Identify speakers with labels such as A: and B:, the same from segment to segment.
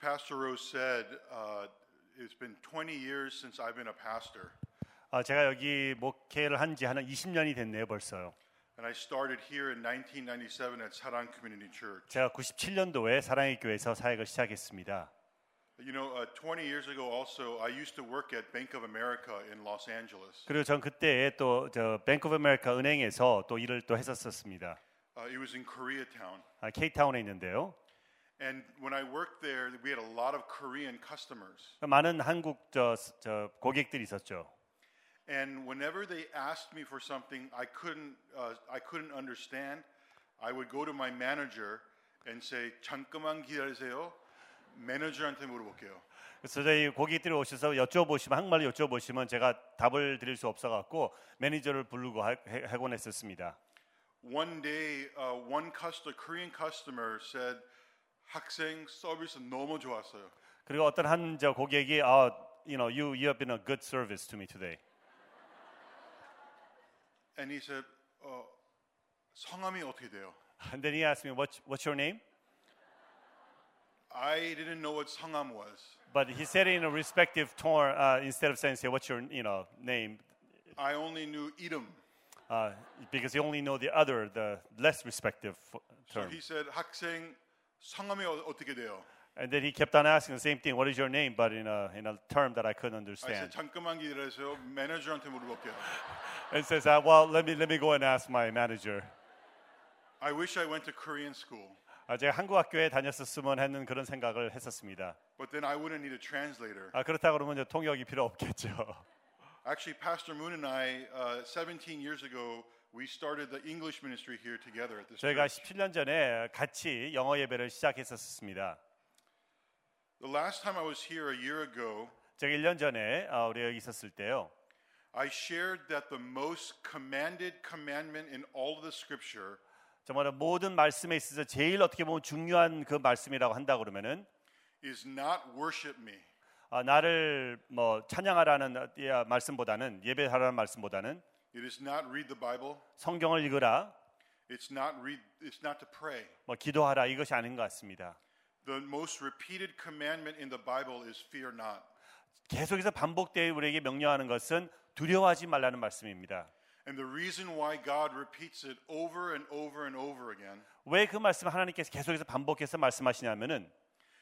A: Pastor Rose said, uh, it's been 20 years since I've been a pastor,
B: 아, 제가 여기 목회를 한 지 한 20년이 됐네요, 벌써요.
A: and I started here in 1997 at Sarang Community Church.
B: 제가 97년도에 사랑의 교회에서 사역을 시작했습니다.
A: You know, uh, 20 years ago, also, I used to work at Bank of America in Los Angeles.
B: 그리고 전 그때 또저 뱅크 오브 아메리카 은행에서 또 일을 또 했었었습니다.
A: Uh, it was in Koreatown.
B: 아, 케이타운에 있는데요.
A: And when I worked there, we had a lot of Korean customers.
B: 많은 한국 저, 저 고객들이 있었죠.
A: And whenever they asked me for something I couldn't, uh, I couldn't understand, I would go to my manager and say, 잠깐만 기다리세요. 매니저한테 물어볼게요.
B: 그래서 저희 고객들이 오셔서 여쭤보시면 한국말로 여쭤보시면 제가 답을 드릴 수 없어갖고 매니저를 부르고 하, 해- 하곤 했었습니다.
A: One day, uh, one customer, Korean customer said, 학생 서비스 너무 좋았어요.
B: 그리고 어떤 한 저 고객이 아, you know, you you have been a good service to me today.
A: And he said, 어, 성함이 어떻게 돼요?
B: And then he asked me, "What what's your name?"
A: I didn't know what 성함 was.
B: But he said it in a respective tone uh, instead of saying, "Say what's your you know name,"
A: I only knew 이름.
B: uh, because you only know the other, the less respective f-
A: So
B: term.
A: he said, 학생 성함이 어, 어떻게 돼요?
B: and then he kept on asking the same thing, "What is your name?" But in a in a term that I couldn't
A: I Oh, said,
B: understand.
A: 잠깐만 기다려주세요. 매니저한테 물어볼게요.
B: and says, uh, "Well, let me let me go and ask my manager."
A: I wish I went to Korean school,
B: 아, 제가 한국 학교에 다녔었으면 하는 그런 생각을 했었습니다.
A: but then I wouldn't need a translator.
B: 아, 그렇다 그러면 이제 통역이 필요 없겠죠.
A: Actually, Pastor Moon and I, uh, 17 years ago, we started the English ministry here together at this
B: 저희가
A: church.
B: 17년 전에 같이 영어 예배를 시작했었습니다.
A: The last time I was here a year ago,
B: 제가 1년 전에 아, 우리 여기 있었을 때요.
A: I shared that the most commanded commandment in all of the scripture
B: 정말 모든 말씀에 있어서 제일 어떻게 보면 중요한 그 말씀이라고 한다 그러면은
A: is not worship me.
B: 아, 나를 뭐 찬양하라는 야, 말씀보다는 예배하라는 말씀보다는
A: It is not read the Bible.
B: 성경을 읽으라,
A: It's not read. It's not to pray.
B: 뭐 기도하라 이것이 아닌 것 같습니다.
A: The most repeated commandment in the Bible is fear not.
B: 계속해서 반복되어 우리에게 명령하는 것은 두려워하지 말라는 말씀입니다.
A: And the reason why God repeats it over and over and over again
B: 왜 그 말씀 을 하나님께서 계속해서 반복해서 말씀하시냐면은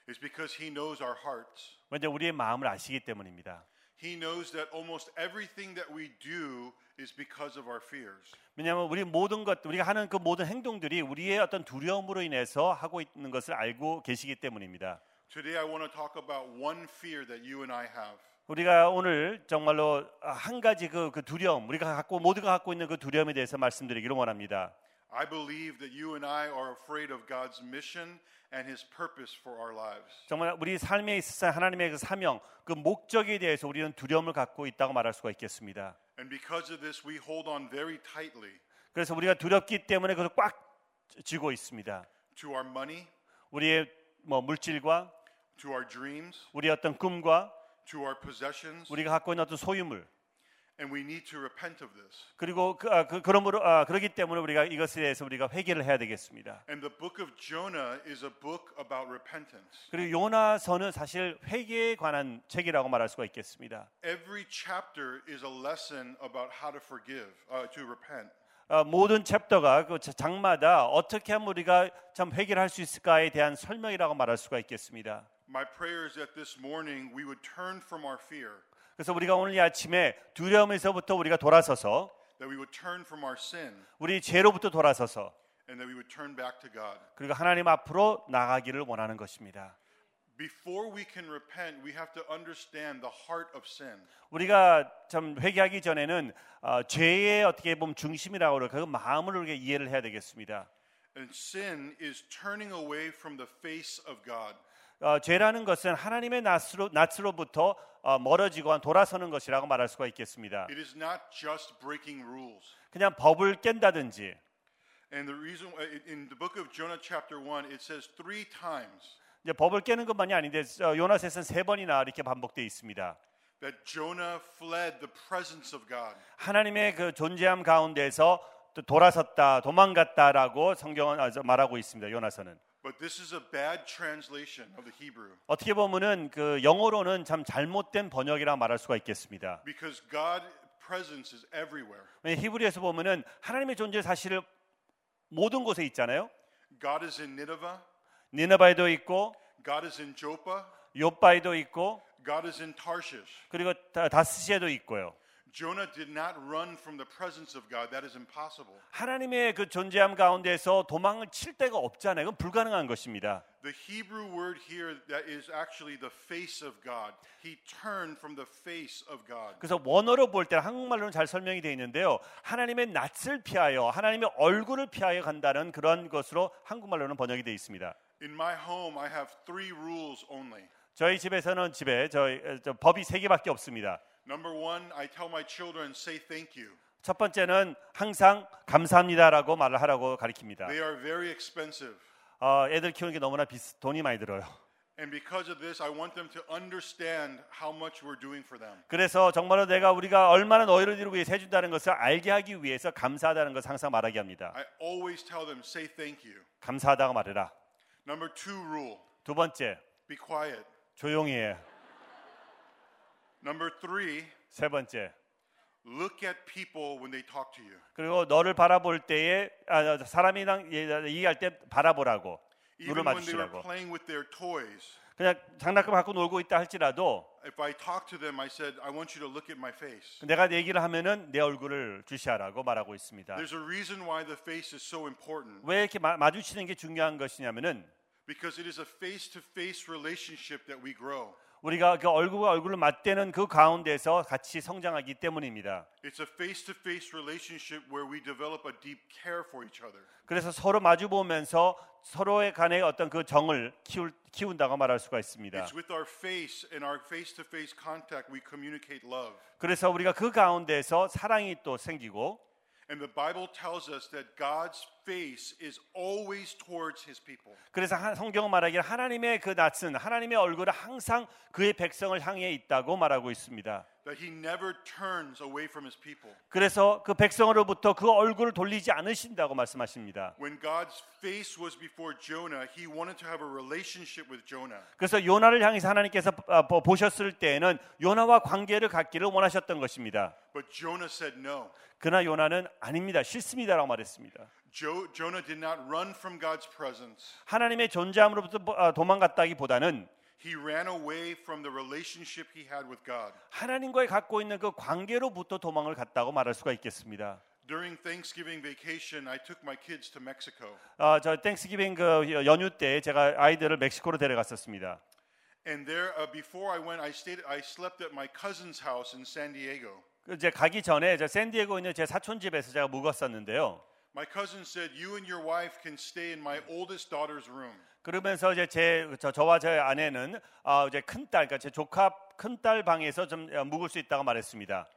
A: is because He knows our hearts.
B: 먼저 우리의 마음을 아시기 때문입니다.
A: He knows that almost everything that we do is because of our fears.
B: 왜냐하면 우리 모든 것 우리가 하는 그 모든 행동들이 우리의 어떤 두려움으로 인해서 하고 있는 것을 알고 계시기 때문입니다.
A: Today, I want to talk about one fear that you and I have.
B: 우리가 오늘 정말로 한 가지 그, 그 두려움 우리가 갖고 모두가 갖고 있는 그 두려움에 대해서 말씀드리기를 원합니다.
A: I believe that you and I are afraid of God's mission and His purpose for our lives.
B: 정말 우리 삶에 있어서 하나님의 그 사명 그 목적에 대해서 우리는 두려움을 갖고 있다고 말할 수가 있겠습니다.
A: And because of this, we hold on very tightly
B: 그래서 우리가 두렵기 때문에 그것을 꽉 쥐고 있습니다.
A: to our money,
B: 우리의 뭐 물질과
A: to our dreams,
B: 우리의 어떤 꿈과
A: to our possessions,
B: 우리가 갖고 있는 어떤 소유물
A: and we need to repent of this.
B: 그리고 그, 아, 그 그러므로 아, 그렇기 때문에 우리가 이것에 대해서 우리가 회개를 해야 되겠습니다.
A: And the book of Jonah is a book about repentance.
B: 그리고 요나서는 사실 회개에 관한 책이라고 말할 수가 있겠습니다.
A: Every chapter is a lesson about how to forgive, uh, to repent.
B: 아, 모든 챕터가 그 자- 장마다 어떻게 하면 우리가 참 회개를 할 수 있을까에 대한 설명이라고 말할 수가 있겠습니다.
A: My prayer is that this morning we would turn from our fear,
B: 그래서 우리가 오늘 이 아침에 두려움에서부터 우리가 돌아서서
A: that we would turn from our sin,
B: 우리 죄로부터 돌아서서
A: and that we would turn back to God.
B: 그리고 하나님 앞으로 나가기를 원하는 것입니다.
A: Before we can repent, we have to understand the heart of sin.
B: 우리가 참 회개하기 전에는 어, 죄의 어떻게 보면 중심이라고 그럴까 그 마음을 우리가 이해를 해야 되겠습니다.
A: And sin is turning away from the face of God.
B: 어, 죄라는 것은 하나님의 낯으로, 낯으로부터 어, 멀어지고 돌아서는 것이라고 말할 수가 있겠습니다.
A: It is not just breaking rules.
B: 그냥 법을 깬다든지
A: And the reason, uh, in the book of Jonah, chapter 1, it says three times
B: 이제 법을 깨는 것만이 아닌데 어, 요나서에서는 세 번이나 이렇게 반복되어 있습니다.
A: that Jonah fled the presence of God.
B: 하나님의 그 존재함 가운데서 또 돌아섰다, 도망갔다라고 성경은 아주 말하고 있습니다. 요나서는
A: But this is a bad translation of the Hebrew
B: 어떻게 보면은 그 영어로는 참 잘못된 번역이라 말할 수가 있겠습니다.
A: because God presence is everywhere.
B: 히브리에서 보면은 하나님의 존재 사실을 모든 곳에 있잖아요.
A: God is in Nineveh,
B: 니네바에도 있고
A: God is in Joppa,
B: 요바에도 있고
A: God is in Tarshish.
B: 그리고 다- 다스시에도 있고요.
A: Jonah did not run from the presence of God. That is impossible.
B: 하나님의 그 존재함 가운데서 도망을 칠 데가 없잖아요. 그건 불가능한 것입니다.
A: The Hebrew word here that is actually the face of God. He turned from the face of God.
B: 그래서 원어로 볼 때는 한국말로는 잘 설명이 되어 있는데요. 하나님의 낯을 피하여 하나님의 얼굴을 피하여 간다는 그런 것으로 한국말로는 번역이 되어 있습니다.
A: In my home, I have three rules only.
B: 저희 집에서는 집에 저희 에, 저 법이 세 개밖에 없습니다.
A: Number one, I tell my children, say thank you.
B: 첫 번째는 항상 감사합니다라고 말을 하라고
A: They
B: 가리킵니다.
A: are very expensive.
B: 어, 애들 키우는 게 너무나 비싸, 돈이 많이 들어요.
A: And because of this, I want them to understand how much we're doing for them.
B: 그래서 정말로 내가 우리가 얼마나 너희를 위해 위해 해준다는 것을 알게 하기 위해서 감사하다는 것을 항상 말하게 합니다.
A: I always tell them, say thank you.
B: 감사하다고 말해라.
A: Number two rule,
B: 두 번째,
A: be quiet.
B: 조용히 해.
A: Number three,
B: 세 번째,
A: look at people when they talk to you.
B: 그리고 너를 바라볼 때에 아, 사람이랑 얘- 얘기할 때 바라보라고 눈을
A: Even when they were
B: 마주치라고.
A: playing with their toys,
B: 그냥 장난감 갖고 놀고 있다 할지라도
A: if I talked to them, I said, I want you to look at my face.
B: 내가 얘기를 하면은 내 얼굴을 주시하라고 말하고 있습니다.
A: There's a reason why the face is so important
B: 왜 이렇게 마, 마주치는 게 중요한 것이냐면은
A: because it is a face to face relationship that we grow.
B: 우리가 그 얼굴과 얼굴을 맞대는 그 가운데서 같이 성장하기 때문입니다.
A: It's a face to face relationship where we develop a deep care for each other.
B: 그래서 서로 마주 보면서 서로의 간의 어떤 그 정을 키울, 키운다고 말할 수가 있습니다.
A: It's with our face and our face to face contact we communicate love.
B: 그래서 우리가 그 가운데서 사랑이 또 생기고
A: And the Bible tells us that God's face is always towards his people.
B: 그래서 하- 성경은 말하기를 하나님의 그 낯은 하나님의 얼굴은 항상 그의 백성을 향해 있다고 말하고 있습니다.
A: That he never turns away from his people.
B: 그래서 그 백성으로부터 그 얼굴을 돌리지 않으신다고 말씀하십니다.
A: When God's face was before Jonah, he wanted to have a relationship with Jonah.
B: 그래서 요나를 향해서 하나님께서 아, 보- 보셨을 때에는 요나와 관계를 갖기를 원하셨던 것입니다.
A: But Jonah said no.
B: 그러나 요나는 아닙니다. 싫습니다라고 말했습니다.
A: Jo- Jonah did not run from God's presence.
B: 하나님의 존재함으로부터 보- 아, 도망갔다기보다는
A: He ran away from the relationship he had with God.
B: 하나님과의 갖고 있는 그 관계로부터 도망을 갔다고 말할 수가 있겠습니다.
A: During Thanksgiving vacation, I took my kids to Mexico.
B: 아, 저 땡스기빙 그 연휴 때 제가 아이들을 멕시코로 데려갔었습니다.
A: And there, uh, before I went, I, stayed, I slept at my cousin's house in San Diego.
B: 그 이제 가기 전에 저 샌디에고 있는 제 사촌 집에서 제가 묵었었는데요.
A: My cousin said, You and your wife can stay in my oldest daughter's room.
B: 그러면서 이제 제 저, 와제 아내는 아, 이제 큰딸 그러니까 제 조카 큰딸 방에서 좀 어, 묵을 수 있다고 말했습니다.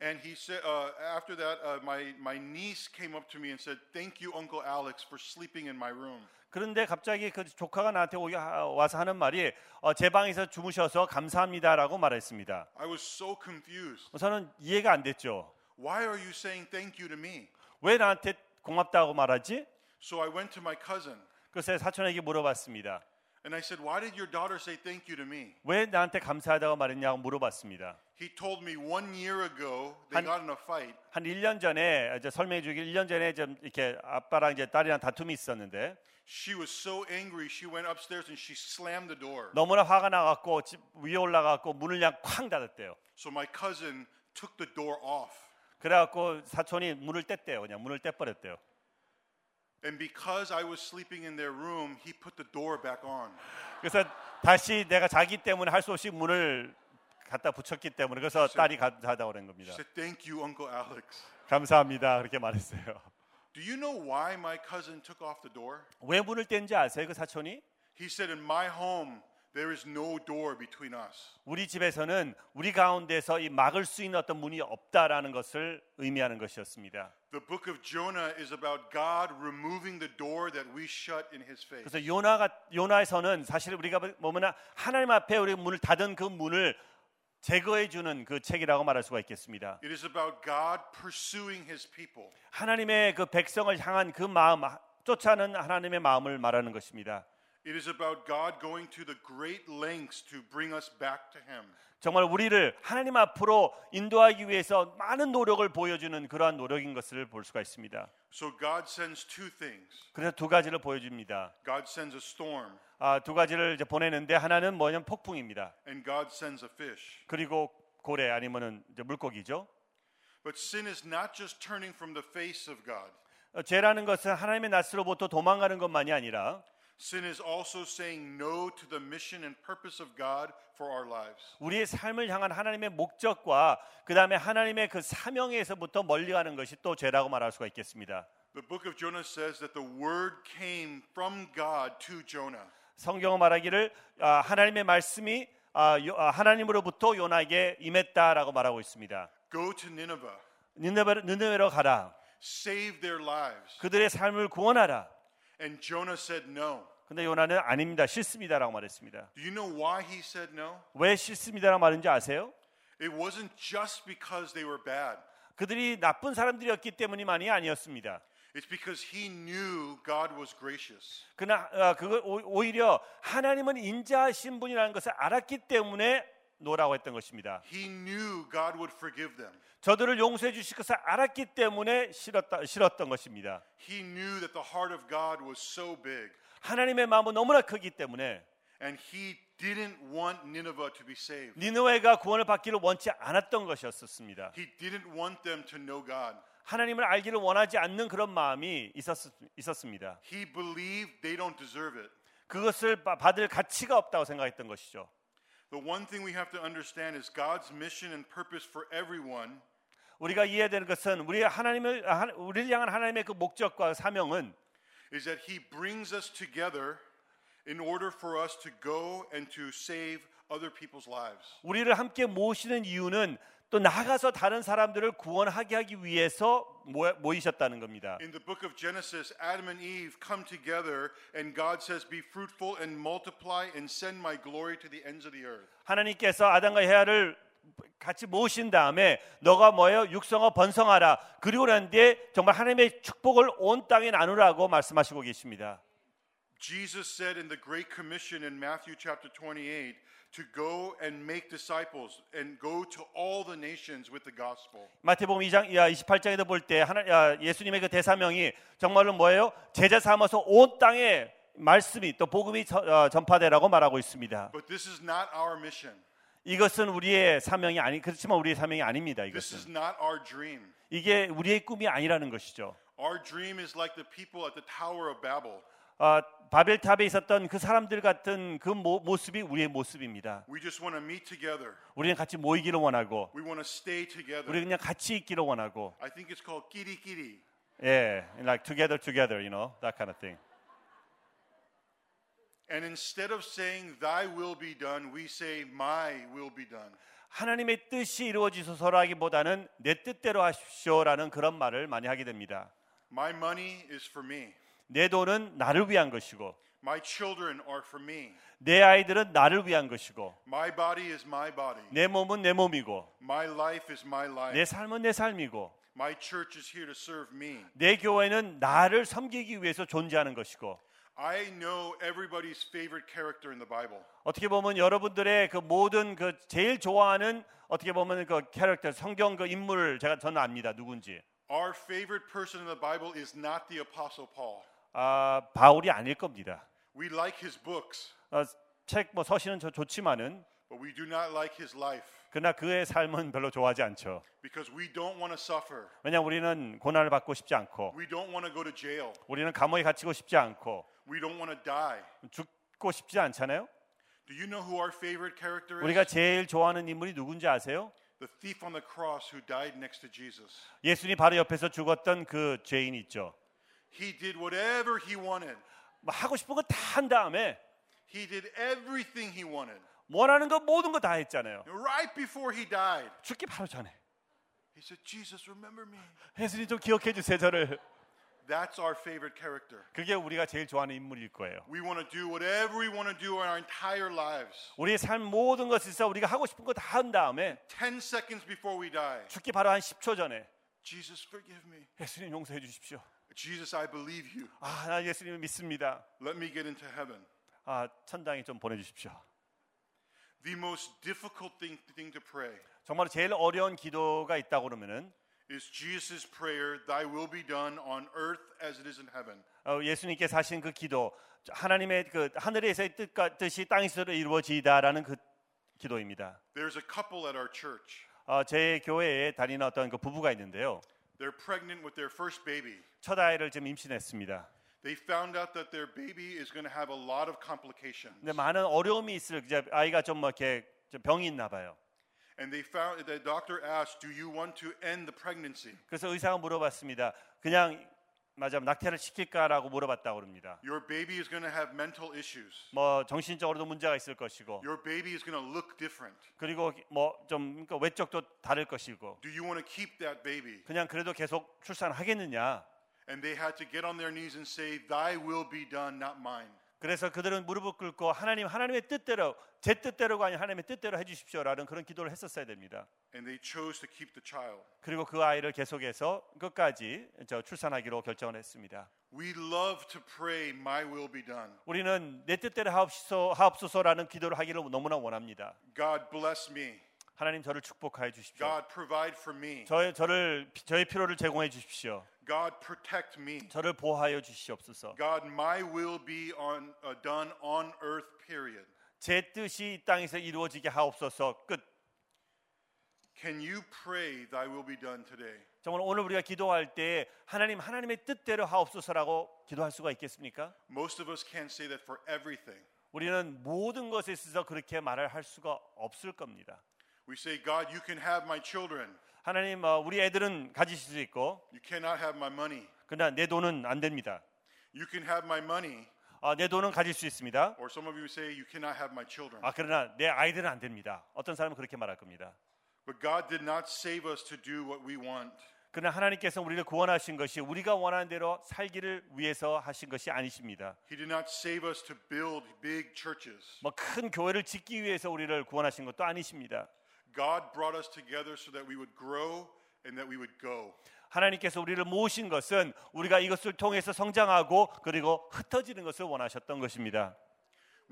A: And he said, uh, after that, uh, my, my niece came up to me and said, Thank you, Uncle Alex, for sleeping in my room.
B: 그런데 갑자기 그 조카가 나한테 오, 와서 하는 말이 어, 제 방에서 주무셔서 감사합니다라고 말했습니다.
A: I was so confused.
B: 저는 이해가 안 됐죠.
A: Why are you saying thank you to me?
B: 왜 나한테 고맙다고 말하지?
A: So I went to my cousin
B: 그래서 사촌에게 물어봤습니다.
A: and I said, Why did your daughter say thank you to me?
B: 왜 나한테 감사하다고 말했냐고 물어봤습니다.
A: He told me one year ago they
B: Han-
A: got in a fight
B: 한 1년 전에 이제 설명해 주길 1년 전에 좀 이렇게 아빠랑 이제 딸이랑 다툼이 있었는데
A: She was so angry, she went upstairs and she slammed the door.
B: 너무나 화가 나갖고 집 위에 올라가고 문을 그냥 쾅 닫았대요.
A: So my cousin took the door off.
B: 그래갖고 사촌이 문을 뗐대요. 그냥 문을 떼버렸대요.
A: And because I was sleeping in their room, he put the door back on.
B: 그래서 다시 내가 자기 때문에 할 수 없이 문을 갖다 붙였기 때문에 그래서 딸이 감사하다고 그런
A: She
B: 겁니다.
A: said, Thank you, Uncle Alex.
B: 감사합니다. 그렇게 말했어요.
A: Do you know why my cousin took off the door?
B: 왜 문을 뗀지 아세요? 그 사촌이?
A: He said, In my home, there is no door between us.
B: 우리 집에서는 우리 가운데서 이 막을 수 있는 어떤 문이 없다라는 것을 의미하는 것이었습니다.
A: The book of Jonah is about God removing the door that we shut in his face.
B: 그래서 요나가 요나에서는 사실 우리가 보면 하나님 앞에 우리 문을 닫은 그 문을 제거해 주는 그 책이라고 말할 수가 있겠습니다.
A: It is about God pursuing his people.
B: 하나님의 그 백성을 향한 그 마음 쫓아는 하나님의 마음을 말하는 것입니다.
A: It is about God going to the great lengths to bring us back to Him.
B: 정말 우리를 하나님 앞으로 인도하기 위해서 많은 노력을 보여주는 그러한 노력인 것을 볼 수가 있습니다.
A: So God sends two things
B: 그래서 두 가지를 보여줍니다.
A: God sends a storm,
B: 아, 두 가지를 이제 보내는데 하나는 뭐냐면 폭풍입니다.
A: and God sends a fish.
B: 그리고 고래 아니면은 이제 물고기죠.
A: But sin is not just turning from the face of God,
B: 어, 죄라는 것은 하나님의 낯으로부터 도망가는 것만이 아니라
A: sin is also saying no to the mission and purpose of God for our lives.
B: 우리의 삶을 향한 하나님의 목적과 그 다음에 하나님의 그 사명에서부터 멀리가는 것이 또 죄라고 말할 수가 있겠습니다.
A: The book of Jonah says that the word came from God to Jonah.
B: 성경은 말하기를 아, 하나님의 말씀이 아, 요- 아, 하나님으로부터 요나에게 임했다라고 말하고 있습니다.
A: Go to Nineveh,
B: 느네베로, 느네베로 가라.
A: save their lives.
B: 그들의 삶을 구원하라.
A: And Jonah said no.
B: 근데 요나는 아닙니다. 싫습니다라고 말했습니다.
A: Do you know why he said no?
B: 왜 싫습니다라고 말하는지 아세요?
A: It wasn't just because they were bad.
B: 그들이 나쁜 사람들이었기 때문이만이 아니었습니다.
A: It's because he knew God was gracious.
B: 그나 아, 그걸 오- 오히려 하나님은 인자하신 분이라는 것을 알았기 때문에 노라고 했던 것입니다.
A: He knew God would forgive them.
B: 저들을 용서해 주실 것을 알았기 때문에 싫었다, 싫었던 것입니다.
A: He knew that the heart of God was so big,
B: 하나님의 마음은 너무나 크기 때문에
A: and he didn't want Nineveh to be saved.
B: 니느웨가 구원을 받기를 원치 않았던 것이었습니다.
A: He didn't want them to know God.
B: 하나님을 알기를 원하지 않는 그런 마음이 있었, 있었습니다.
A: He believed they don't deserve it.
B: 그것을 바- 받을 가치가 없다고 생각했던 것이죠.
A: The one thing we have to understand is God's mission and purpose for everyone
B: 우리가 이해해야 되는 것은 우리 하나님을 아, 하- 우리를 향한 하나님의 그 목적과 사명은
A: is that he brings us together in order for us to go and to save other people's lives.
B: 우리를 함께 모시는 이유는 또 나가서 다른 사람들을 구원하게 하기 위해서 모- 모이셨다는 겁니다.
A: In the book of Genesis, Adam and Eve come together, and God says, Be fruitful and multiply and send my glory to the ends of the earth.
B: 하나님께서 아담과 헤아를 같이 모으신 다음에 너가 뭐예요? 육성어 번성하라. 그리고 난 뒤에 정말 하나님의 축복을 온 땅에 나누라고 말씀하시고 계십니다.
A: Jesus said in the Great Commission in Matthew chapter 28 to go and make disciples and go to all the nations with the gospel.
B: 마태복음 2장 28장에도 볼 때 하나 야, 예수님의 그 대사명이 정말로 뭐예요? 제자 삼아서 온 땅에 말씀이 또 복음이 저- 어, 전파되라고 말하고 있습니다.
A: But this is not our mission.
B: 이것은 우리의 사명이 아니 그렇지만 우리의 사명이 아닙니다.
A: This
B: 이것은
A: is not our dream.
B: 이게 우리의 꿈이 아니라는 것이죠.
A: Our dream is like the people at the Tower of Babel.
B: 아, 바벨탑에 있었던 그 사람들 같은 그 모, 모습이 우리의 모습입니다.
A: We just want to meet together.
B: 우리는 같이 모이기를 원하고
A: We want to stay together.
B: 우리 그냥 같이 있기를 원하고
A: I think it's called kiri kiri.
B: 예, like together together, you know, that kind of thing.
A: And instead of saying, Thy will be done, we say, My will be done.
B: 하나님의 뜻이 이루어지소서라기보다는 내 뜻대로 하십시오라는 그런 말을 많이 하게 됩니다.
A: My money is for me.
B: 내 돈은 나를 위한 것이고
A: My children are for me.
B: 내 아이들은 나를 위한 것이고
A: My body is my body.
B: 내 몸은 내 몸이고
A: My life is my life.
B: 내 삶은 내 삶이고
A: My church is here to serve me.
B: 내 교회는 나를 섬기기 위해서 존재하는 것이고
A: I know everybody's favorite character in the Bible.
B: 어떻게 보면 여러분들의 그 모든 그 제일 좋아하는 어떻게 보면 그 캐릭터 성경 그 인물을 제가 저는 압니다 누군지
A: Our favorite person in the Bible is not the Apostle Paul.
B: 아 바울이 아닐 겁니다
A: We like his books,
B: 책 뭐 서신은 저 좋지만은
A: but we do not like his life
B: 그러나 그의 삶은 별로 좋아하지 않죠
A: because we don't want to suffer.
B: 왜냐 우리는 고난을 받고 싶지 않고
A: We don't want to go to jail.
B: 우리는 감옥에 갇히고 싶지 않고
A: We don't want to die.
B: 죽고 싶지 않잖아요
A: Do you know who our favorite character is?
B: 우리가 제일 좋아하는 인물이 누군지 아세요
A: The thief on the cross who died next to Jesus.
B: 예수님 바로 옆에서 죽었던 그 죄인 있죠
A: He did whatever he wanted,
B: 뭐 하고 싶은 거 다 한 다음에
A: he did everything he wanted.
B: 원하는 거 모든 거 다 했잖아요
A: Right before he died,
B: 죽기 바로 전에
A: he said, Jesus, remember me.
B: 예수님 좀 기억해 주세요 저를
A: That's our favorite character.
B: 그게 우리가 제일 좋아하는 인물일 거예요
A: We want to do whatever we want to do in our entire lives.
B: 우리의 삶 모든 것을 있어 우리가 하고 싶은 거 다 한 다음에
A: 10 seconds before we die,
B: 죽기 바로 한 10초 전에
A: Jesus, forgive me.
B: 예수님 용서해 주십시오
A: Jesus, I believe you.
B: 아 나 예수님을 믿습니다
A: Let me get into heaven.
B: 아, 천당에 좀 보내주십시오.
A: The most difficult thing, thing to pray
B: 정말 제일 어려운 기도가 있다고 그러면은
A: is Jesus' prayer, Thy will be done on earth as it is in heaven.
B: 어, 예수님께서 하신 그 기도, 하나님의 그 하늘에서의 뜻과 뜻이 땅에서 이루어지다라는 그 기도입니다.
A: There's a couple at our church.
B: 어, 제 교회에 다니는 어떤 그 부부가 있는데요.
A: They're pregnant with their first baby.
B: 첫 아이를 지금 임신했습니다.
A: They found out that their baby is going to have a lot of complications.
B: 근데 많은 어려움이 있을 이제 아이가 좀뭐 이렇게 좀 병이 있나 봐요.
A: And they found the doctor asked, "Do you want to end the pregnancy?
B: 그래서 의사가 물어봤습니다. 그냥 맞아 낙태를 시킬까라고 물어봤다고 그럽니다.
A: Your baby is going to have mental issues.
B: 뭐 정신적으로도 문제가 있을 것이고
A: Your baby is going to look different.
B: 그리고 뭐 좀 외적도 다를 것이고
A: Do you want to keep that baby?"
B: 그냥 그래도 계속 출산하겠느냐?
A: And they had to get on their knees and say, "Thy will be done, not mine."
B: 그래서 그들은 무릎을 꿇고 하나님 하나님의 뜻대로 제 뜻대로가 아닌 하나님의 뜻대로 해주십시오라는 그런 기도를 했었어야 됩니다.
A: And they chose to keep the child.
B: 그리고 그 아이를 계속해서 끝까지 저 출산하기로 결정을 했습니다.
A: We love to pray, "My will be done."
B: 우리는 내 뜻대로 하옵소서, 하옵소서라는 기도를 하기를 너무나 원합니다.
A: God bless me.
B: 하나님 저를 축복하여 주십시오.
A: God provide for me.
B: 저의 저를 저의 필요를 제공해 주십시오.
A: God protect me.
B: 저를 보호하여 주시옵소서.
A: God, my will be on uh, done on earth. Period.
B: 제 뜻이 이 땅에서 이루어지게 하옵소서. 끝.
A: Can you pray, "Thy will be done" today?
B: 정말 오늘 우리가 기도할 때 하나님 하나님의 뜻대로 하옵소서라고 기도할 수가 있겠습니까?
A: Most of us can't say that for everything.
B: 우리는 모든 것에 있어서 그렇게 말을 할 수가 없을 겁니다.
A: We say, God, you can have my children.
B: 하나님, 어, 우리 애들은 가지실 수 있고,
A: You cannot have my money.
B: 그러나 내 돈은 안 됩니다.
A: You can have my money.
B: 아, 내 돈은 가질 수 있습니다.
A: Or some of you say, you cannot have my children.
B: 아, 그러나 내 아이들은 안 됩니다. 어떤 사람은 그렇게 말할 겁니다.
A: But God did not save us to do what we want.
B: 그러나 하나님께서 우리를 구원하신 것이 우리가 원하는 대로 살기를 위해서 하신 것이 아니십니다.
A: He did not save us to build big churches.
B: 뭐 큰 교회를 짓기 위해서 우리를 구원하신 것도 아니십니다.
A: God brought us together so that we would grow and that we would go.
B: 하나님께서 우리를 모으신 것은 우리가 이것을 통해서 성장하고 그리고 흩어지는 것을 원하셨던 것입니다.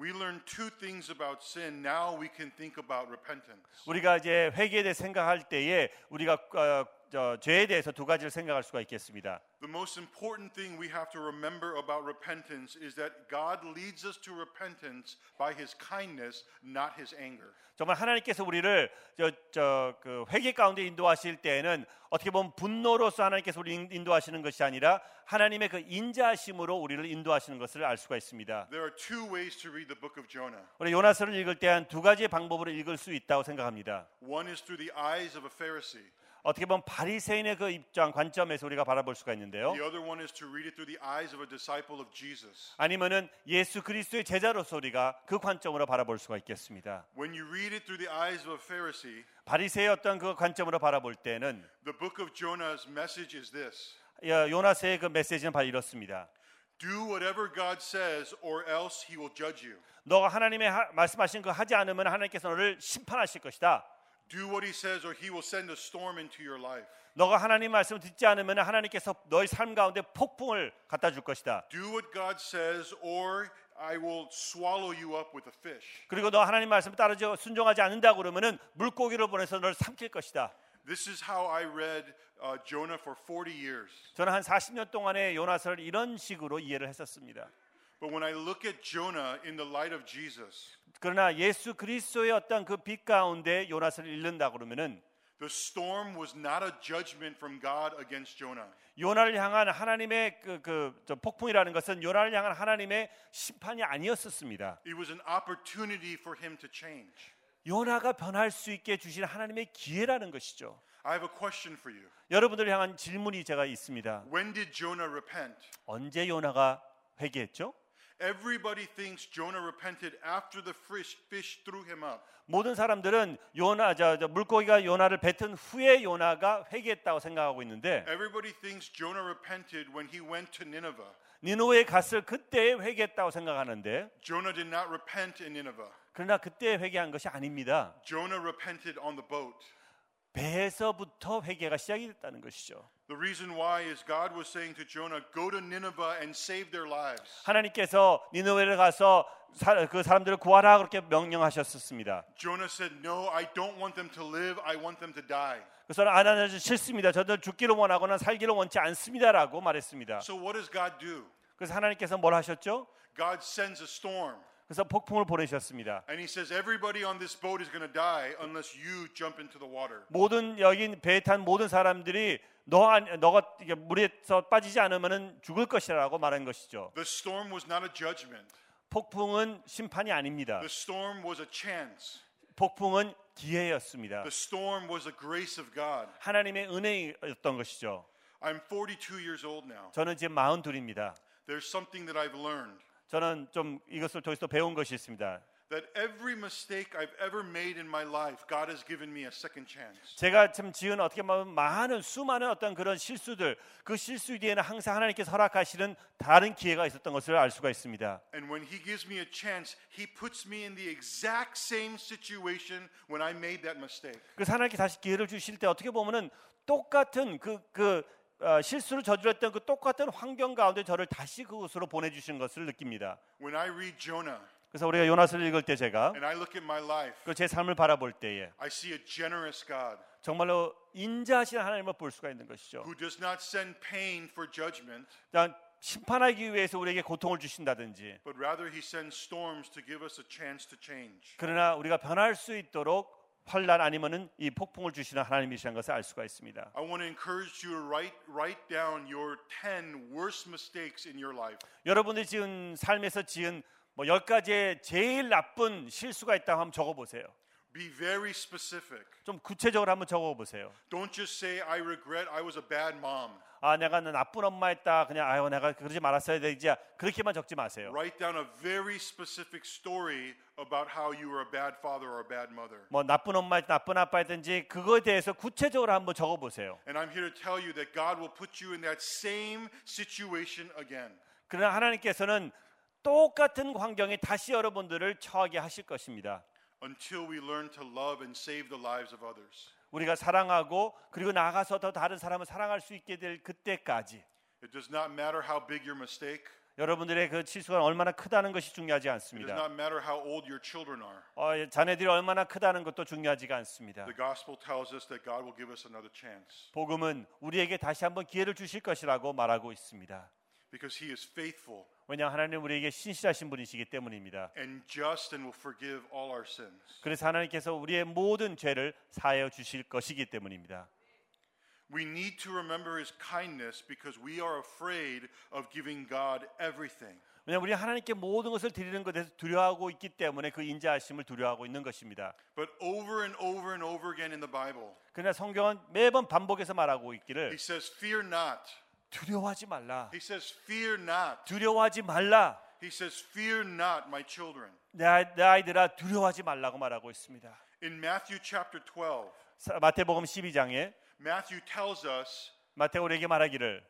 A: We learned two things about sin. Now we can think about repentance.
B: 우리가 이제 회개에 대해 생각할 때에 우리가 어, 저, 죄에 대해서 두 가지를 생각할 수가 있겠습니다.
A: The most important thing we have to remember about repentance is that God leads us to repentance by his kindness, not his anger.
B: 정말 하나님께서 우리를 저저그 회개 가운데 인도하실 때에는 어떻게 보면 분노로서 하나님께서 우리 인도하시는 것이 아니라 하나님의 그 인자심으로 우리를 인도하시는 것을 알 수가 있습니다.
A: There are two ways to read the book of Jonah.
B: 우리 요나서를 읽을 때 한 두 가지의 방법으로 읽을 수 있다고 생각합니다.
A: One is through the eyes of a Pharisee.
B: 어떻게 보면 바리새인의 그 입장 관점에서 우리가 바라볼 수가 있는데요.
A: The other one is to read it through the eyes of a disciple of Jesus.
B: 아니면은 예수 그리스도의 제자로서 우리가 그 관점으로 바라볼 수가 있겠습니다.
A: When you read it through the eyes of a Pharisee,
B: 바리새의 어떤 그 관점으로 바라볼 때는
A: the book of Jonah's message is this
B: 여- 요나서의 그 메시지는 바로 이렇습니다.
A: Do whatever God says, or else he will judge you.
B: 너가 하나님의 하- 말씀하신 거 하지 않으면 하나님께서 너를 심판하실 것이다.
A: Do what he says, or he will send a storm into your life.
B: 너가 하나님 말씀 을 듣지 않으면 하나님께서 너의 삶 가운데 폭풍을 갖다 줄 것이다.
A: Do what God says, or I will swallow you up with a fish.
B: 그리고 너 하나님 말씀 따르지 순종하지 않는다 그러면은 물고기를 보내서 너를 삼킬 것이다.
A: This is how I read uh, Jonah for 40 years.
B: 저는 한 40년 동안의 요나서를 이런 식으로 이해를 했었습니다.
A: But when I look at Jonah in the light of Jesus,
B: 그러나 예수 그리스도의 어떤 그 빛 가운데 요나서를 읽는다 그러면은
A: the storm was not a judgment from God against Jonah.
B: 요나를 향한 하나님의 그, 그저 폭풍이라는 것은 요나를 향한 하나님의 심판이 아니었었습니다.
A: It was an opportunity for him to change.
B: 요나가 변할 수 있게 주신 하나님의 기회라는 것이죠.
A: I have a question for you.
B: 여러분들을 향한 질문이 제가 있습니다.
A: When did Jonah repent?
B: 언제 요나가 회개했죠?
A: Everybody thinks Jonah repented after the fish, fish threw him up.
B: 모든 사람들은 요나 저, 저 물고기가 요나를 뱉은 후에 요나가 회개했다고 생각하고 있는데
A: Everybody thinks Jonah repented when he went to Nineveh.
B: 니노에 갔을 그때에 회개했다고 생각하는데
A: Jonah did not repent in Nineveh.
B: 그러나 그때 회개한 것이 아닙니다.
A: Jonah repented on the boat.
B: 배에서부터 회개가 시작이 됐다는 것이죠.
A: The reason why is God was saying to Jonah, Go to Nineveh and save their lives.
B: 하나님께서 니느웨를 가서 사- 그 사람들을 구하라 그렇게 명령하셨습니다.
A: Jonah said, No, I don't want them to live, I want them to die.
B: 그래서 아나니아는 싫습니다. 저들 죽기를 원하거나 살기를 원치 않습니다라고 말했습니다.
A: So, what does God do?
B: 그래서 하나님께서 뭘 하셨죠?
A: God sends a storm,
B: 그래서 폭풍을 보내셨습니다.
A: and He says, Everybody on this boat is going to die unless you jump into the water.
B: 모든 여긴 배에 탄 모든 사람들이 너 안- 너가 이게 물에서 빠지지 않으면은 죽을 것이라고 말한 것이죠.
A: The storm was not a judgment,
B: 폭풍은 심판이 아닙니다.
A: the storm was a chance,
B: 폭풍은 기회였습니다.
A: the storm was a grace of God.
B: 하나님의 은혜였던 것이죠.
A: I'm 42 years old now.
B: 저는 지금 42입니다.
A: There's something that I've learned
B: 저는 좀 이것을 통해서 배운 것이 있습니다.
A: that every mistake I've ever made in my life, God has given me a second chance.
B: 제가 참 지은 어떻게 보면 많은 수많은 어떤 그런 실수들 그 실수 뒤에는 항상 하나님께서 허락하시는 다른 기회가 있었던 것을 알 수가 있습니다.
A: And when He gives me a chance, He puts me in the exact same situation when I made that mistake.
B: 그래서 하나님께 다시 기회를 주실 때 어떻게 보면은 똑같은 그 그 실수를 저질렀던 그 똑같은 환경 가운데 저를 다시 그곳으로 보내주신 것을 느낍니다.
A: When I read Jonah
B: 그래서 우리가 요나스를 읽을 때 제가
A: and I look at my life,
B: 그 제 삶을 바라볼 때에
A: I see a generous God
B: 정말로 인자하신 하나님을 볼 수가 있는 것이죠.
A: who does not send pain for judgment,
B: 그냥 심판하기 위해서 우리에게 고통을 주신다든지
A: but rather He sends storms to give us a chance to change.
B: 그러나 우리가 변할 수 있도록 환란 아니면은 이 폭풍을 주시는 하나님이시라는 것을 알 수가 있습니다.
A: I want to encourage you to write, write down your 10 worst mistakes in your life.
B: 여러분들이 지은 삶에서 지은 뭐 열 가지의 제일 나쁜 실수가 있다고 한번 적어 보세요.
A: Be very specific.
B: 좀 구체적으로 한번 적어 보세요.
A: Don't just say, I regret I was a bad mom.
B: 아, 내가 나쁜 엄마였다. 그냥 아유, 내가 그러지 말았어야 되지. 그렇게만 적지 마세요.
A: Write down a very specific story about how you were a bad father or a bad mother.
B: 뭐 나쁜 엄마였든 나쁜 아빠였든지 그거에 대해서 구체적으로 한번 적어 보세요.
A: And I'm here to tell you that God will put you in that same situation again.
B: 그러나 하나님께서는 똑같은 환경에 다시 여러분들을 처하게 하실 것입니다.
A: until we learn to love and save the lives of others.
B: 우리가 사랑하고 그리고 나아가서 더 다른 사람을 사랑할 수 있게 될 그때까지
A: It does not matter how big your mistake.
B: 여러분들의 그 실수가 얼마나 크다는 것이 중요하지
A: It does
B: 않습니다.
A: not matter how old your children are.
B: 어, 예, 자네들이 얼마나 크다는 것도 중요하지가 않습니다.
A: The gospel tells us that God will give us another chance
B: 복음은 우리에게 다시 한번 기회를 주실 것이라고 말하고 있습니다.
A: because he is faithful
B: 왜냐 하나님 우리에게 신실하신 분이시기 때문입니다.
A: and just and will forgive all our sins.
B: 그래서 하나님께서 우리의 모든 죄를 사하여 주실 것이기 때문입니다.
A: We need to remember his kindness because we are afraid of giving God everything.
B: 왜냐 우리 하나님께 모든 것을 드리는 것에 대해서 두려워하고 있기 때문에 그 인자하심을 두려워하고 있는 것입니다.
A: But over and over and over again in the Bible,
B: 그러나 성경은 매번 반복해서 말하고 있기를
A: he says, Fear not.
B: 두려워하지 말라.
A: He says, Fear not.
B: 두려워하지 말라.
A: He says, Fear not, my children.
B: 내, 아이- 내 아이들아 두려워하지 말라고 말하고 있습니다.
A: In Matthew chapter 12,
B: 사- 마태복음 12장에
A: Matthew tells us
B: 마태가 우리에게 말하기를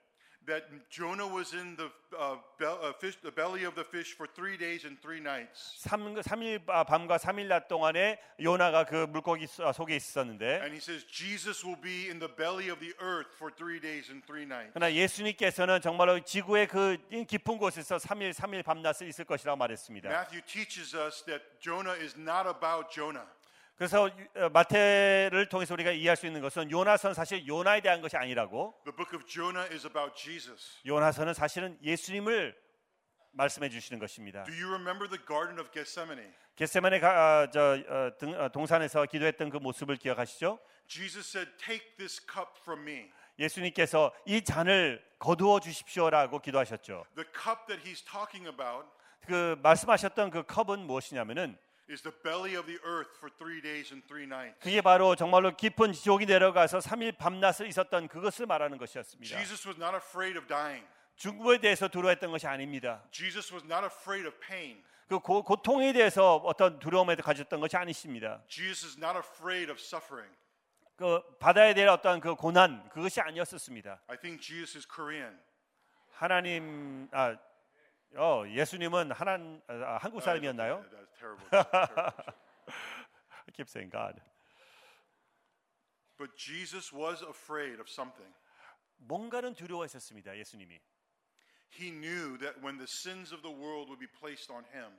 A: that Jonah was in the, uh, bel- uh, fish, the belly of the fish for three days and three nights.
B: 3, 일 아, 밤과 3일 낮 동안에 요나가 그 물고기 수- 아, 속에 있었는데
A: And he says, Jesus will be in the belly of the earth for three days and three nights.
B: 그러나 예수님께서는 정말로 지구의 그 깊은 곳에서 3일 3일 밤낮을 있을 것이라고 말했습니다.
A: Matthew teaches us that Jonah is not about Jonah.
B: 그래서 유- 어, 마태를 통해서 우리가 이해할 수 있는 것은 요나서는 사실 요나에 대한 것이 아니라고
A: The book of Jonah is about Jesus.
B: 요나서는 사실은 예수님을 말씀해 주시는 것입니다.
A: Do you remember the Garden of Gethsemane?
B: 겟세만의 가- 아, 저, 어, 등- 어, 동산에서 기도했던 그 모습을 기억하시죠?
A: Jesus said, Take this cup from me.
B: 예수님께서 이 잔을 거두어 주십시오라고 기도하셨죠.
A: The cup that he's talking about
B: 그 말씀하셨던 그 컵은 무엇이냐면은
A: is the belly of the earth for three days and three nights.
B: 그게 바로 정말로 깊은 지옥이 내려가서 3일 밤낮을 있었던 그것을 말하는 것이었습니다.
A: Jesus was not afraid of dying.
B: 중국에 대해서 두려워했던 것이 아닙니다.
A: Jesus was not afraid of pain.
B: 그 고, 고통에 대해서 어떤 두려움에 가졌던 것이 아니십니다.
A: Jesus is not afraid of suffering.
B: 그 바다에 대한 어떤 그 고난 그것이 아니었었습니다.
A: I think Jesus is Korean.
B: 하나님 아 어, 예수님은 하나 아, 한국 사람이었나요?
A: That's terrible. That's terrible.
B: I keep saying God.
A: But Jesus was afraid of something.
B: 뭔가는 두려워했었습니다. 예수님이
A: He knew that when the sins of the world would be placed on him,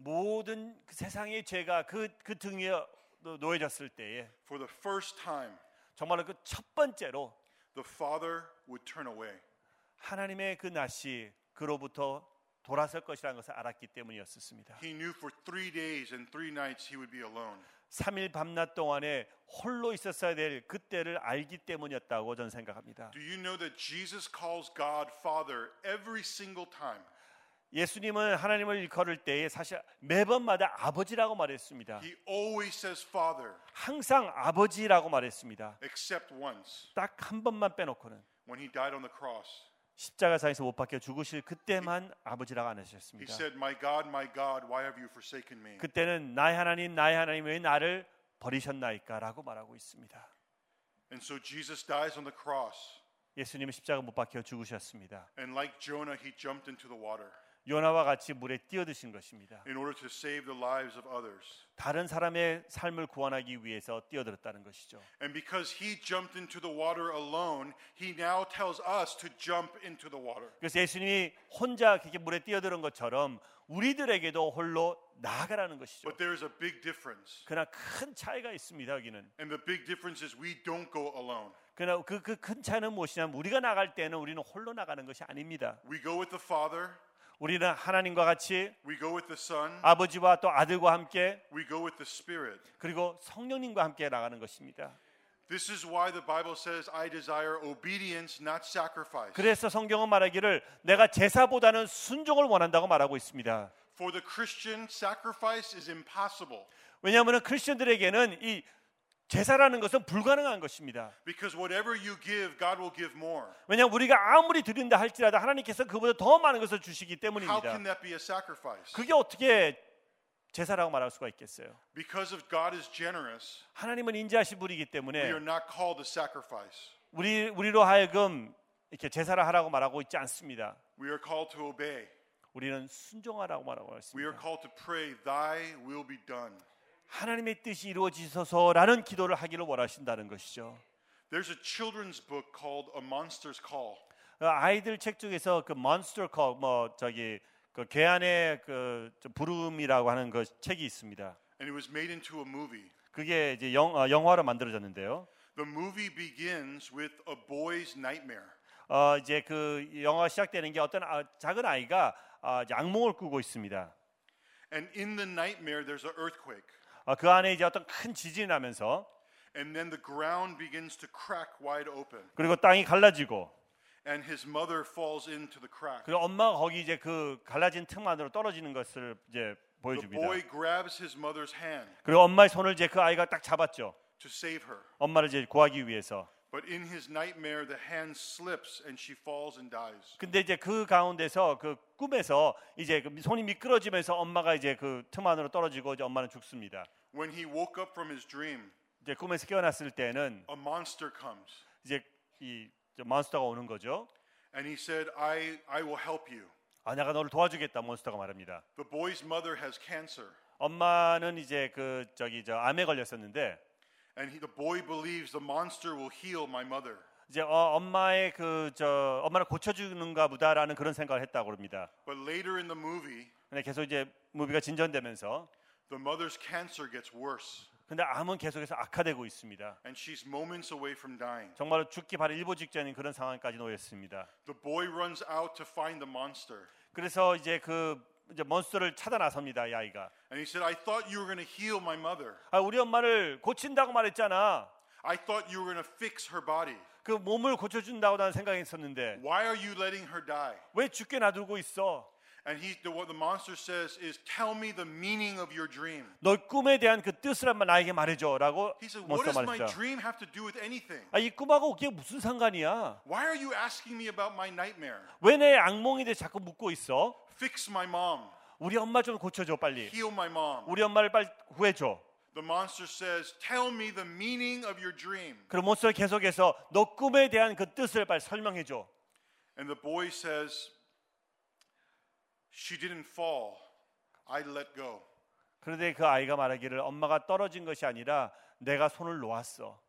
B: 모든 그 세상의 죄가 그 그 등 위에 놓여졌을 때에
A: for the first time,
B: 정말로 그 첫 번째로
A: the Father would turn away.
B: 하나님의 그 낯이 그로부터 돌아설 것이라는 것을 알았기 때문이었습니다.
A: He knew for three days and three nights he would be alone.
B: 3일 밤낮 동안에 홀로 있었어야 될 그때를 알기 때문이었다고 저는 생각합니다.
A: Do you know that Jesus calls God Father every single time?
B: 예수님은 하나님을 일컬을 때에 사실 매번마다 아버지라고 말했습니다.
A: He always says Father,
B: 항상 아버지라고 말했습니다.
A: except once
B: 딱 한 번만 빼놓고는
A: when he died on the cross.
B: 십자가상에서 못 박혀 죽으실 그때만 아버지라고 안
A: He
B: 하셨습니다.
A: said, My God, my God, why have you forsaken me?
B: 그때는 나의 하나님, 나의 하나님 왜 나를 버리셨나이까라고 말하고 있습니다.
A: And so Jesus dies on the cross.
B: 예수님은 십자가 못 박혀 죽으셨습니다.
A: And like Jonah, he jumped into the water
B: 요나와 같이 물에 뛰어드신 것입니다.
A: in order to save the lives of others.
B: 다른 사람의 삶을 구원하기 위해서 뛰어들었다는 것이죠.
A: And because he jumped into the water alone, he now tells us to jump into the water.
B: 그래서 예수님이 혼자 그렇게 물에 뛰어드는 것처럼 우리들에게도 홀로 나아가라는 것이죠.
A: But there is a big difference.
B: 그러나 큰 차이가 있습니다. 여기는.
A: And the big difference is we don't go alone.
B: 그러나 그 그 큰 차이는 무엇이냐면 우리가 나갈 때는 우리는 홀로 나가는 것이 아닙니다.
A: We go with the Father,
B: 우리는 하나님과 같이
A: we go with the Son,
B: 아버지와 또 아들과 함께
A: we go with the Spirit.
B: 그리고 성령님과 함께 나가는 것입니다.
A: This is why the Bible says, I desire obedience, not sacrifice.
B: 그래서 성경은 말하기를 내가 제사보다는 순종을 원한다고 말하고 있습니다.
A: For the Christian, sacrifice is impossible
B: 왜냐하면 크리스천들에게는 이 제사라는 것은 불가능한 것입니다.
A: because whatever you give, God will give more.
B: 왜냐하면 우리가 아무리 드린다 할지라도 하나님께서 그보다 더 많은 것을 주시기
A: How can
B: 때문입니다.
A: that be a sacrifice?
B: 그게 어떻게 제사라고 말할 수가 있겠어요?
A: Because if God is generous,
B: 하나님은 인자하신 분이기
A: we
B: 때문에
A: are not called to sacrifice.
B: 우리 우리로 하여금 이렇게 제사를 하라고 말하고 있지 않습니다.
A: We are called to obey.
B: 우리는 순종하라고 말하고
A: We are
B: 있습니다.
A: called to pray, Thy will be done.
B: 하나님의 뜻이 이루어지소서라는 기도를 하기를 원하신다는 것이죠.
A: There's a children's book called A Monster's Call.
B: 어, 아이들 책 중에서 그 Monster Call 뭐 저기 그 괴한의 그저 부름이라고 하는 그 책이 있습니다.
A: and it was made into a movie.
B: 그게 이제 영, 어, 영화로 만들어졌는데요.
A: The movie begins with a boy's nightmare.
B: 어, 이제 그 영화 시작되는 게 어떤 아, 작은 아이가 아, 이제 악몽을 꾸고 있습니다.
A: And in the nightmare, there's an earthquake.
B: 어, 그 안에 이제 어떤 큰 지진이 나면서
A: And then the ground begins to crack wide open.
B: 그리고 땅이 갈라지고
A: And his mother falls into the crack.
B: 그리고 엄마가 거기 이제 그 갈라진 틈 안으로 떨어지는 것을 이제
A: The
B: 그 보여줍니다.
A: boy grabs his mother's hand
B: 그리고 엄마의 손을 이제 그 아이가 딱 잡았죠.
A: to save her.
B: 엄마를 이제 구하기 위해서.
A: But in his nightmare, the hand slips and she falls and dies.
B: 근데 이제 그 가운데서 그 꿈에서 이제 그 손이 미끄러지면서 엄마가 이제 그 틈 안으로 떨어지고 이제 엄마는 죽습니다.
A: When he woke up from his dream,
B: 이제 꿈에서 깨어났을 때는
A: a monster comes
B: 이제 이저 몬스터가 오는 거죠.
A: and he 사id, I, I will help you.
B: 아 내가 너를 도와주겠다 몬스터가 말합니다.
A: The boy's mother has cancer.
B: 엄마는 이제 그 저기 저 암에 걸렸었는데
A: And he, the boy believes the monster will heal my mother.
B: 이제 어, 엄마의 그 저 엄마를 고쳐주는가 보다라는 그런 생각을 했다고 합니다.
A: But later in the movie,
B: 근데 계속 이제 무비가 진전되면서
A: the mother's cancer gets worse,
B: 근데 암은 계속해서 악화되고 있습니다.
A: and she's moments away from dying.
B: 정말로 죽기 바로 일보 직전인 그런 상황까지 놓였습니다.
A: The boy runs out to find the monster,
B: 그래서 이제 그 이제 몬스터를 찾아 나섭니다. 이 아이가.
A: and he said, I thought you were going to heal my mother.
B: 아, 우리 엄마를 고친다고 말했잖아.
A: I thought you were going to fix her body.
B: 그 몸을 고쳐준다고 나는 생각했었는데
A: Why are you letting her die?
B: 왜 죽게 놔두고 있어?
A: And he, the, what the monster says is, Tell me the meaning of your dream.
B: 너 꿈에 대한 그 뜻을 한번 나에게 말해줘라고
A: He said, What
B: 몬스터
A: does my
B: 말했죠.
A: dream have to do with anything?
B: 아, 이 꿈하고 그게 무슨 상관이야?
A: Why are you asking me about my nightmare?
B: 왜 내 악몽인데 자꾸 묻고 있어?
A: Fix my mom.
B: 우리 엄마 좀 고쳐줘 빨리.
A: Heal my mom.
B: 우리 엄마를 빨리 구해줘.
A: The monster says, Tell me the meaning of your dream.
B: 그럼 몬스터 계속해서 너 꿈에 대한 그 뜻을 빨리 설명해줘.
A: And the boy says, She didn't fall. I let go.
B: 그런데 그 아이가 말하기를 엄마가 떨어진 것이 아니라 내가 손을 놓았어.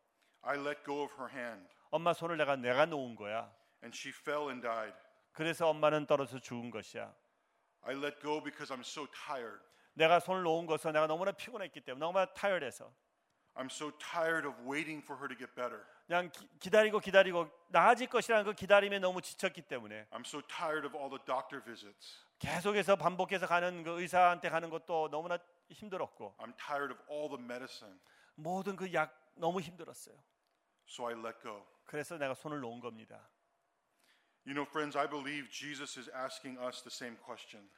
A: I let go of her hand
B: 엄마 손을 내가 내가 놓은 거야.
A: and she fell and died.
B: 그래서 엄마는 떨어져 죽은 것이야.
A: I let go because I'm so tired.
B: 내가 손을 놓은 것은 내가 너무나 피곤했기 때문에 너무나 타열해서
A: I'm so tired of waiting for her to get better.
B: 그냥 기, 다리고 기다리고 나아질 것이라는 그 기다림에 너무 지쳤기 때문에
A: I'm so tired of all the doctor visits.
B: 계속해서 반복해서 가는 그 의사한테 가는 것도 너무나 힘들었고
A: I'm tired of all the medicine.
B: 모든 그 약 너무 힘들었어요.
A: So I let go.
B: 그래서 내가 손을 놓은 겁니다.
A: You know, friends, I believe Jesus is asking us the same question.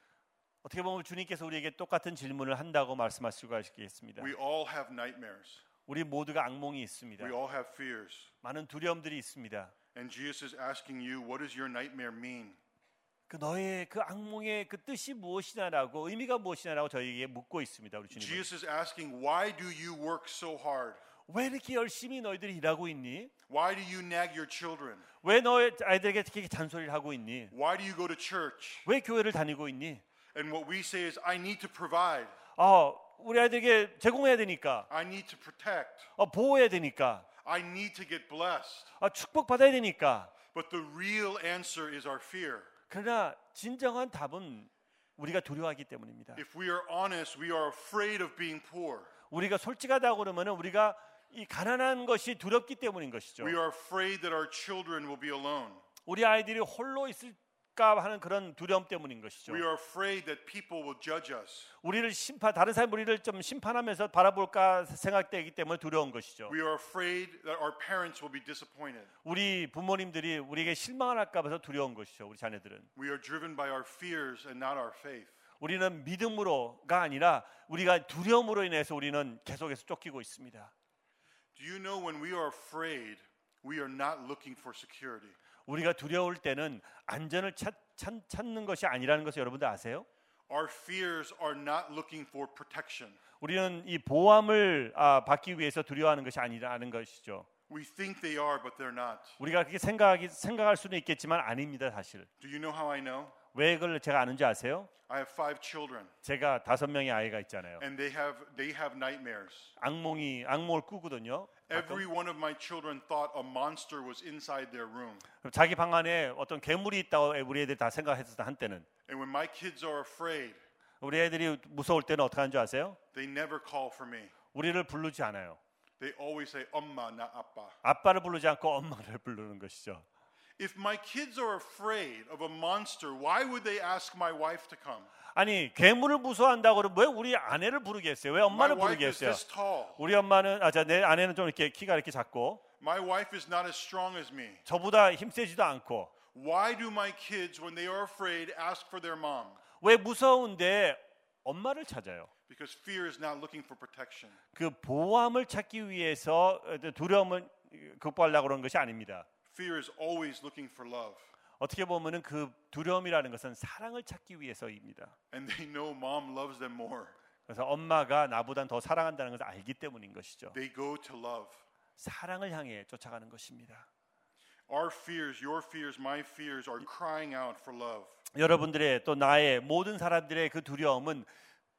B: 어떻게 보면 주님께서 우리에게 똑같은 질문을 한다고 말씀하시고 하시겠습니다.
A: We all have nightmares,
B: 우리 모두가 악몽이 있습니다.
A: we all have fears.
B: 많은 두려움들이 있습니다.
A: And Jesus is asking you, what does your nightmare mean?
B: 그 너의 그 악몽의 그 뜻이 무엇이냐라고 의미가 무엇이냐라고 저희에게 묻고 있습니다. 우리 주님.
A: Jesus is asking, why do you work so hard?
B: 왜 이렇게 열심히 너희들이 일하고 있니?
A: Why do you nag your children?
B: 왜 너의 아이들에게 이렇게 잔소리를 하고 있니?
A: Why do you go to church?
B: 왜 교회를 다니고 있니?
A: And what we say is, I need to provide,
B: 아, 우리 아이들에게 제공해야 되니까,
A: I need to protect,
B: 아, 보호해야 되니까,
A: I need to get blessed.
B: 아, 축복받아야 되니까.
A: But the real answer is our fear.
B: 그러나 진정한 답은 우리가 두려워하기 때문입니다.
A: If we are honest, we are afraid of being poor.
B: 우리가 솔직하다고 그러면 우리가 이 가난한 것이 두렵기 때문인 것이죠.
A: We are afraid that our children will be alone.
B: 우리 아이들이 홀로 있을까 하는 그런 두려움 때문인 것이죠.
A: We are afraid that people will judge us.
B: 우리를 심판 다른 사람 우리를 좀 심판하면서 바라볼까 생각되기 때문에 두려운 것이죠.
A: We are afraid that our parents will be disappointed.
B: 우리 부모님들이 우리에게 실망을 할까 봐서 두려운 것이죠. 우리 자녀들은
A: We are driven by our fears and not our faith.
B: 우리는 믿음으로가 아니라 우리가 두려움으로 인해서 우리는 계속해서 쫓기고 있습니다.
A: Do you know when we are afraid, we are not looking for security?
B: 우리가 두려울 때는 안전을 찾, 찾, 찾는 것이 아니라는 것을 여러분들 아세요?
A: Our fears are not looking for protection.
B: 우리는 이 보함을 아, 받기 위해서 두려워하는 것이 아니라는 것이죠.
A: We think they are, but they're not.
B: 우리가 그렇게 생각하기, 생각할 수는 있겠지만 아닙니다, 사실.
A: Do you know how I know?
B: 왜 그걸 제가 아는지 아세요?
A: I have five children,
B: 제가 다섯 명의 아이가 있잖아요.
A: and they have they have nightmares.
B: 악몽이 악몽을 꾸거든요. 가끔.
A: Every one of my children thought a monster was inside their room.
B: 그럼 자기 방 안에 어떤 괴물이 있다고 우리 애들 다 생각했었다 한때는.
A: And when my kids are afraid,
B: 우리 애들이 무서울 때는 어떻게 하는 줄 아세요?
A: they never call for me.
B: 우리를 부르지 않아요.
A: They always say 엄마 na appa.
B: 아빠를 부르지 않고 엄마를 부르는 것이죠.
A: If my kids are afraid of a monster, why would they ask my wife to come?
B: 아니 괴물을 무서워한다고 그러면 왜 우리 아내를 부르겠어요? 왜
A: My
B: 엄마를
A: wife is
B: 부르겠어요?
A: this tall.
B: 우리 엄마는 아자내 아내는 좀 이렇게 키가 이렇게 작고
A: My wife is not as strong as me.
B: 저보다 힘세지도 않고
A: Why do my kids, when they are afraid, ask for their mom?
B: 왜 무서운데 엄마를 찾아요?
A: Because fear is not looking for protection.
B: 그 보호함을 찾기 위해서 어, 그 두려움을 극복하려고 그런 것이 아닙니다.
A: Fear is always looking for love.
B: 어떻게 보면은 그 두려움이라는 것은 사랑을 찾기 위해서입니다.
A: And they know mom loves them more.
B: 그래서 엄마가 나보단 더 사랑한다는 것을 알기 때문인 것이죠.
A: They go to love.
B: 사랑을 향해 쫓아가는 것입니다.
A: Our fears, your fears, my fears are crying out for love.
B: 여러분들의 또 나의 모든 사람들의 그 두려움은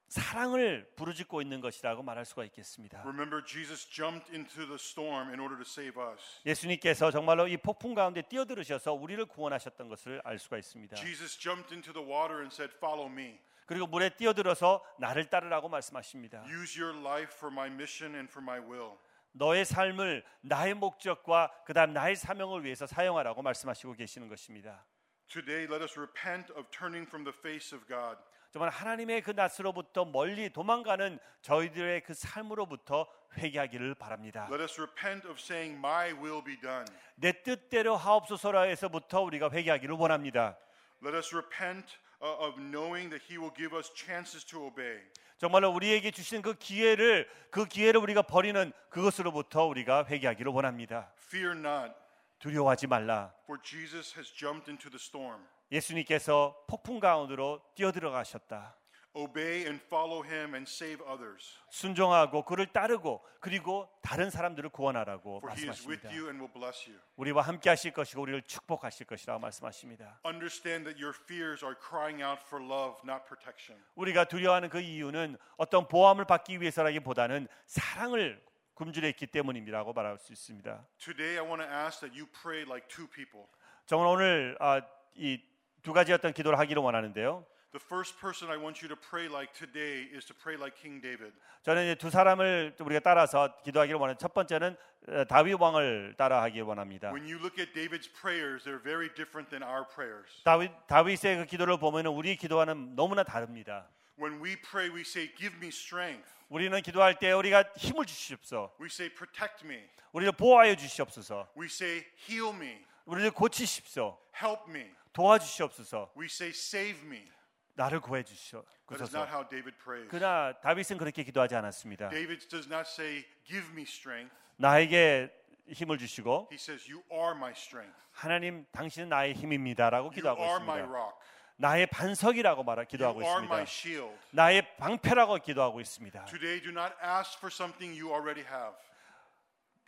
B: 사랑을 부르짖고 있는 것이라고 말할 수가 있겠습니다.
A: Remember, Jesus jumped into the storm in order to save us.
B: 예수님께서 정말로 이 폭풍 가운데 뛰어들으셔서 우리를 구원하셨던 것을 알 수가 있습니다.
A: Jesus jumped into the water and said, Follow me.
B: 그리고 물에 뛰어들어서 나를 따르라고 말씀하십니다.
A: Use your life for my mission and for my will.
B: 너의 삶을 나의 목적과 그다음 나의 사명을 위해서 사용하라고 말씀하시고 계시는 것입니다.
A: Today, let us repent of turning from the face of God.
B: 정말 하나님의 그 낯으로부터 멀리 도망가는 저희들의 그 삶으로부터 회개하기를 바랍니다.
A: Let us repent of saying, My will be done.
B: 내 뜻대로 하옵소서라에서부터 우리가 회개하기를 원합니다.
A: Let us repent uh, of knowing that He will give us chances to obey.
B: 정말로 우리에게 주시는 그 기회를 그 기회를 우리가 버리는 그것으로부터 우리가 회개하기를 원합니다.
A: Fear not,
B: 두려워하지 말라.
A: for Jesus has jumped into the storm.
B: 예수님께서 폭풍 가운데로 뛰어들어가셨다.
A: Obey and follow Him and save others,
B: 순종하고 그를 따르고 그리고 다른 사람들을 구원하라고
A: for He is with
B: 말씀하십니다.
A: you and will bless you.
B: 우리와 함께 하실 것이고 우리를 축복하실 것이라고 말씀하십니다.
A: Understand that your fears are crying out for love, not protection.
B: 우리가 두려워하는 그 이유는 어떤 보함을 받기 위해서라기보다는 사랑을 굶주려 있기 때문이라고 말할 수 있습니다.
A: Today, I want to ask that you pray like two people.
B: 저는 오늘 아, 이 두 가지 어떤 기도를 하기를 원하는데요.
A: The first person I want you to pray like today is to pray like King David.
B: 저는 이제 두 사람을 좀 우리가 따라서 기도하기를 원하는 첫 번째는 어, 다윗 왕을 따라하기를 원합니다.
A: When you look at David's prayers, they're very different than our prayers.
B: 다윗 다윗의 그 기도를 보면은 우리 기도와는 너무나 다릅니다.
A: When we pray, we say, Give me strength.
B: 우리는 기도할 때 우리가 힘을 주시옵소서.
A: We say, Protect me.
B: 우리를 보호하여 주시옵소서.
A: We say, Heal me.
B: 우리를 고치십시오.
A: Help me.
B: 도와주시옵소서.
A: We say, Save me.
B: 나를 구해
A: That is not
B: 주시옵소서.
A: how David prays.
B: 그러나 다윗은 그렇게 기도하지 않았습니다.
A: David does not say, Give me strength.
B: 나에게 힘을 주시고
A: He says, You are my strength.
B: 하나님 당신은 나의 힘입니다라고
A: You
B: 기도하고
A: are my
B: 있습니다.
A: rock.
B: 나의 반석이라고 말하
A: You
B: 기도하고
A: are my
B: 있습니다.
A: shield.
B: 나의 방패라고 기도하고 있습니다.
A: Today, do not ask for something you already have.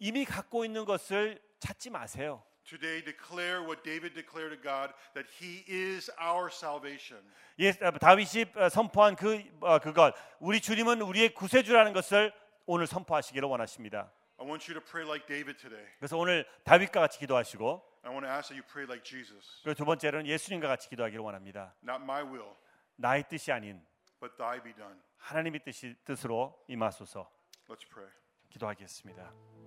B: 이미 갖고 있는 것을 찾지 마세요.
A: Today, declare what David declared to God that He is our salvation.
B: 예, 어, 다윗이 어, 선포한 그 어, 그것 우리 주님은 우리의 구세주라는 것을 오늘 선포하시기를 원하십니다.
A: I want you to pray like David today.
B: 그래서 오늘 다윗과 같이 기도하시고
A: I want to ask that you pray like Jesus.
B: 그리고 두 번째로는 예수님과 같이 기도하기를 원합니다.
A: Not my will,
B: 나의 뜻이 아닌
A: but thy be done.
B: 하나님의 뜻이 뜻으로 임하소서
A: Let's pray.
B: 기도하겠습니다.